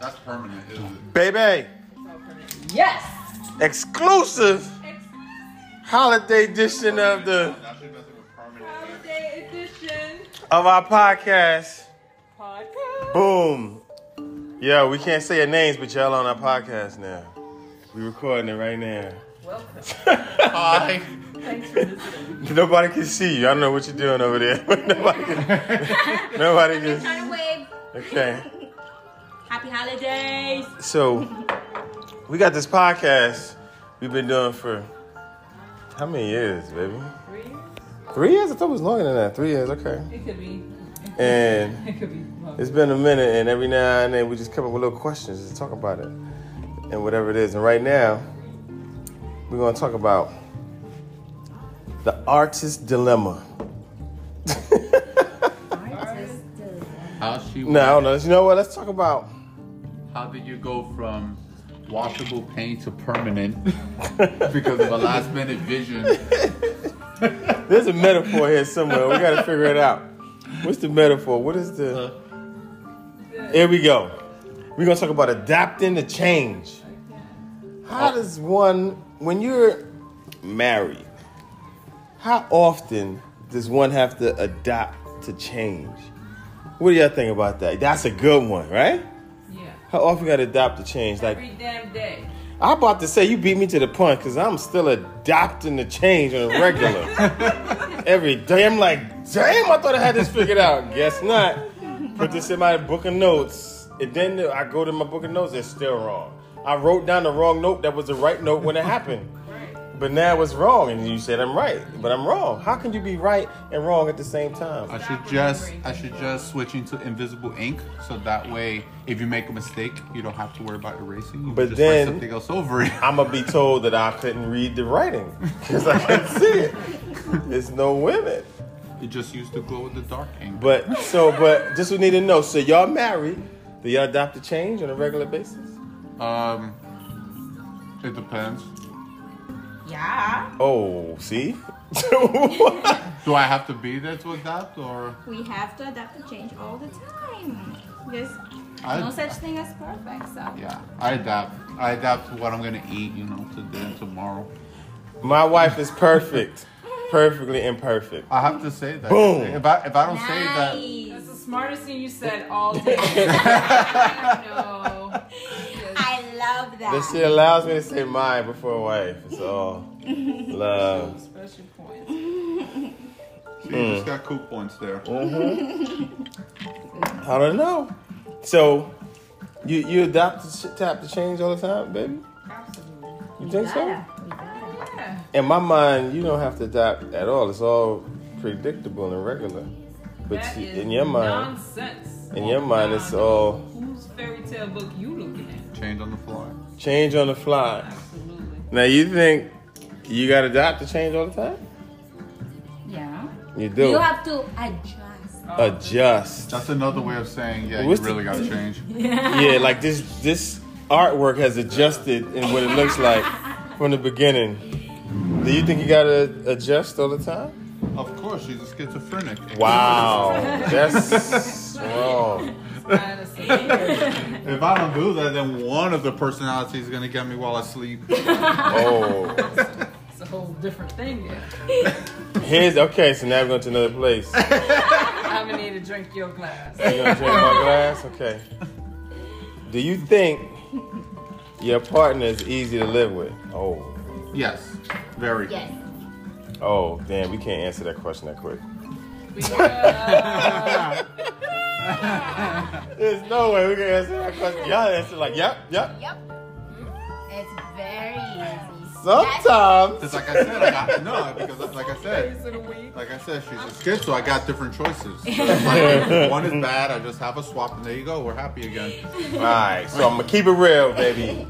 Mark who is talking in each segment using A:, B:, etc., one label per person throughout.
A: That's permanent, isn't it?
B: Baby,
C: Yes.
B: exclusive holiday edition of the
A: I should mess it with permanent.
C: Holiday edition
B: of our podcast.
C: podcast.
B: Boom. Yeah, we can't say your names, but y'all on our podcast now. We recording it right now.
C: Welcome.
A: Hi.
C: Thanks for listening.
B: Nobody can see you. I don't know what you're doing over there. nobody can. nobody can.
C: Trying to wave.
B: Okay.
C: Happy holidays.
B: So we got this podcast we've been doing for how many years, baby?
C: Three.
B: Three years? I thought it was longer than that. Three years. Okay.
C: It could be.
B: And
C: It could be. Well,
B: It's been a minute, and every now and then we just come up with little questions and talk about it and whatever it is. And right now, we're going to talk about the artist dilemma.
A: How she?
B: Now, no, you know what? Let's talk about.
A: How did you go from washable paint to permanent because of a last minute vision?
B: There's a metaphor here somewhere. We got to figure it out. What's the metaphor? What is the. Here we go. We're going to talk about adapting to change. How does one, when you're married, how often does one have to adapt to change? What do y'all think about that? That's a good one, right?
C: yeah.
B: How often you got to adapt to change? Like,
C: Every damn day.
B: I'm about to say you beat me to the punch because I'm still adapting the change on a regular. Every day I'm like, damn, I thought I had this figured out. Guess not. Put this in my book of notes. And then I go to my book of notes, it's still wrong. I wrote down the wrong note that was the right note when it happened.
C: Right.
B: But now it's wrong, and you said I'm right, but I'm wrong. How can you be right and wrong at the same time?
A: I should just I should just switch into invisible ink so that way if you make a mistake you don't have to worry about erasing. You
B: But
A: just
B: then-
A: write something else over it.
B: I'm gonna be told that I couldn't read the writing because I couldn't see it. There's no women.
A: You just used to glow in the dark ink.
B: But so, but just we need to know. So y'all married? Do y'all adopt a change on a regular basis?
A: Um, it depends.
D: Yeah,
B: Oh, see.
A: Do I have to be there to adapt or
D: we have to adapt and change all the time. There's
A: I-
D: no such thing as perfect. So
A: yeah? I adapt. I adapt to what I'm gonna eat, you know, today and tomorrow.
B: My wife is perfect, perfectly imperfect.
A: I have to say that.
B: Boom.
A: If I if I don't say
D: nice.
C: That's the smartest thing you said all day. I know.
D: I love that.
B: This shit allows me to say mine before wife. It's all love.
C: Special points.
A: that, so you
B: Mm.
A: just got cool points there.
B: Oh. I don't know. So, you you adopt to ch- tap to change all the time, baby.
C: Absolutely.
B: You think so?
D: Gotta, we gotta.
C: Yeah.
B: In my mind, you don't have to adapt at all. It's all predictable and regular. But
C: That
B: you-
C: is
B: in your mind,
C: nonsense.
B: in your mind, it's
C: Nonsense.
B: all
C: Whose fairy tale book you looking at?
A: Change on the fly.
B: change on the fly.
C: Absolutely.
B: Now you think you got to adapt to change all the time?
D: Yeah.
B: You do.
D: You have to adjust.
B: Adjust.
A: That's another way of saying yeah.
B: What's
A: you
B: the-
A: really gotta change.
B: yeah, like this this artwork has adjusted in what it looks like from the beginning. Do you think you gotta adjust all the time?
A: Of course, she's a schizophrenic.
B: Wow, that's strong.
C: Honestly.
A: If I don't do that, then one of the personalities is gonna get me while I sleep.
B: Oh,
C: it's a whole different thing. There.
B: here's okay. So now we're going to another place. You're
C: I'm gonna need to drink your glass.
B: gonna drink my glass. Okay. Do you think your partner is easy to live with? Oh,
A: Yes, very.
D: Yes.
B: oh, damn. We can't answer that question that quick.
C: Because-
B: There's no way we can answer that question. Y'all answer like, yep, yep.
D: Yep.
C: Hmm?
D: It's very easy.
B: Sometimes.
A: Because like I said, I got no. Because like I said, like I said, she's a schizo. I got different choices. Like, one is bad. I just have a swap, and there you go. We're happy again.
B: Alright, so I'm gonna keep it real, baby.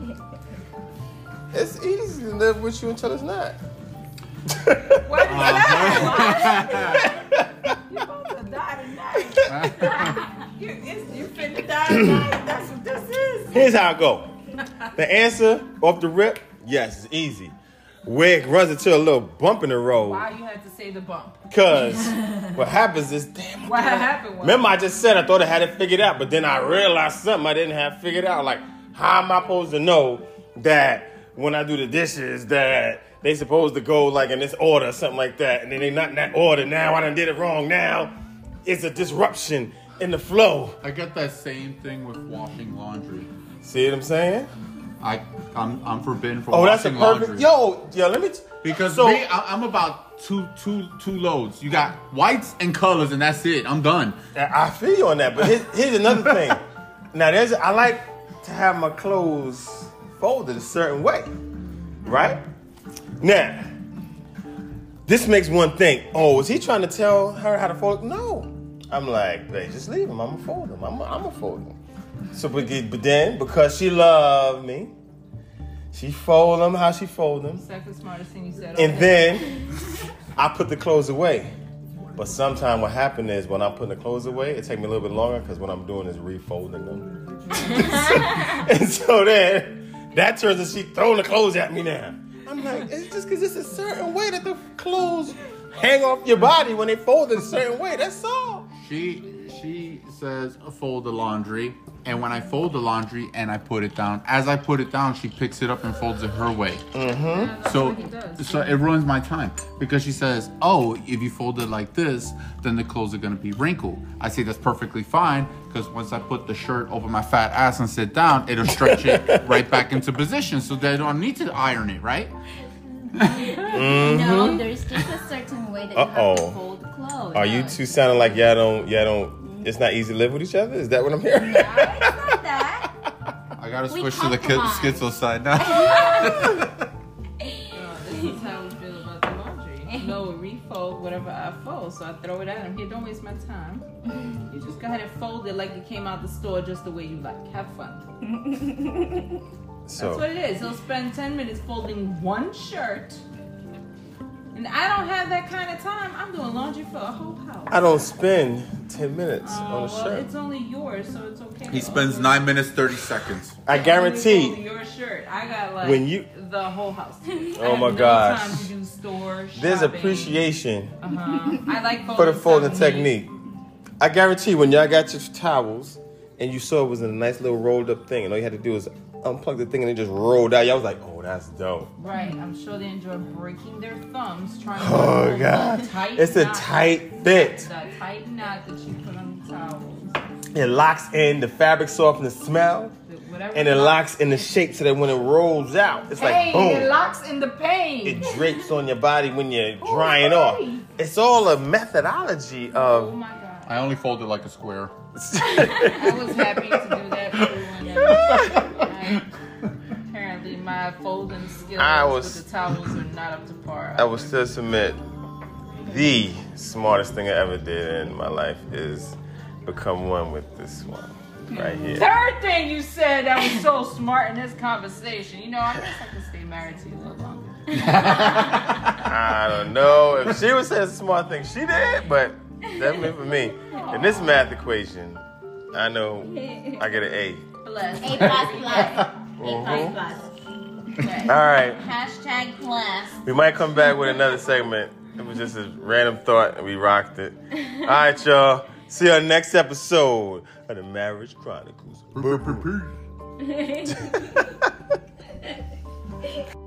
B: It's easy to live with you until it's not.
C: What is that? You're about to die tonight. you, it's, you finna die tonight. That's what this is.
B: Here's how I go. The answer off the rip, yes, it's easy. wig runs into a little bump in the road.
C: Why you had to say the bump?
B: Because what happens is, damn.
C: What happened was
B: Remember, I just said I thought I had it figured out, but then I realized something I didn't have figured out. Like, how am I supposed to know that when I do the dishes that they supposed to go like in this order, or something like that, and then they not in that order. Now I done did it wrong. Now it's a disruption in the flow.
A: I get that same thing with washing laundry.
B: See what I'm saying?
A: I I'm I'm forbidden from
B: Oh,
A: washing
B: that's a perfect.
A: laundry.
B: Yo, yo, let me. T-
A: Because
B: so
A: me, I, I'm about two two two loads. You got whites and colors, and that's it. I'm done.
B: I I feel you on that, but here's, here's another thing. Now, there's I like to have my clothes folded a certain way, right? Now, this makes one think. Oh, is he trying to tell her how to fold? No, I'm like, babe, just leave him. I'ma fold him. I'ma I'ma fold him. So, but, but then because she loved me, she fold him how she fold him.
C: second smartest thing you said.
B: And
C: all day.
B: then I put the clothes away. But sometimes what happens is when I'm putting the clothes away, it takes me a little bit longer because what I'm doing is refolding them. and so then that turns and she throwing the clothes at me now. I'm like, it's just because it's a certain way that the clothes hang off your body when they fold in a certain way. That's all.
A: She she says fold the laundry, and when I fold the laundry and I put it down, as I put it down, she picks it up and folds it her way. So so it ruins my time because she says, "Oh, if you fold it like this, then the clothes are gonna be wrinkled." I say that's perfectly fine because once I put the shirt over my fat ass and sit down, it'll stretch it right back into position, so they don't need to iron it, right?
D: No, there's just a certain way that you have
B: Mm-hmm. Uh-oh.
D: to fold clothes.
B: Are you
D: No,
B: two sounding like y'all don't, y'all don't, it's not easy to live with each other? Is that what I'm hearing?
D: it's not that.
A: I gotta
D: We
A: switch to the ki-
D: compromise.
A: schizo side now.
C: Uh, this is how we feel about the laundry. No, refold whatever I fold. So I throw it at him. Here, don't waste my time. You just go ahead and fold it like it came out the store just the way you like. Have fun. That's what
B: So,
C: it is. He'll spend 10 minutes folding one shirt. And I don't have that kind of time. I'm doing laundry for a whole house.
B: I don't spend 10 minutes
C: Uh,
B: on a
C: well,
B: shirt.
C: it's only yours, so it's okay.
A: he
C: to
A: spends
C: also-
A: nine minutes thirty seconds.
B: I
C: Only
B: guarantee
C: Your shirt. I got like
B: When you-
C: the whole house. I
B: Oh
C: have
B: my
C: no
B: gosh.
C: Time to do store.
B: there's
C: shopping.
B: appreciation
C: Uh-huh. I like
B: for the folding
C: stuff neat.
B: technique. I guarantee when y'all got your towels and you saw it was in a nice little rolled up thing, and all you had to do was unplug the thing and it just rolled out. Y'all was like, oh, that's dope.
C: Right. I'm sure they enjoy breaking their thumbs trying to
B: Oh,
C: pull
B: God.
C: that tight
B: It's a
C: knot-
B: tight fit.
C: That tight knot that you put on the towel.
B: It locks in, the fabric softens the smell,
C: The- Whatever
B: and it locks in the shape so that when it rolls out, it's like,
C: hey, it
B: boom.
C: locks in the pain.
B: It drapes on your body when you're drying off.
C: hey.
B: It's all a methodology
C: oh
B: of
C: my god.
A: I only fold it like a square.
C: I was happy to do that for one Oh night. Apparently my folding skills
B: I was-
C: with the towels are not up to par.
B: I will still submit the smartest thing I ever did in my life is become one with this one right here.
C: Third thing you said that was so smart in this conversation. You know, I guess I could stay married to you a little longer.
B: I don't know if she would say it's a smart thing she did, but definitely for me. In this math equation, I know I get an A.
C: Bless.
D: A plus plus. A plus
B: Uh-huh.
D: plus.
B: All right,
D: Hashtag plus.
B: we might come back with another segment. It was just a random thought and we rocked it. All right, y'all. See you on next episode of the Marriage Chronicles.
A: Brr, brr, brr, brr.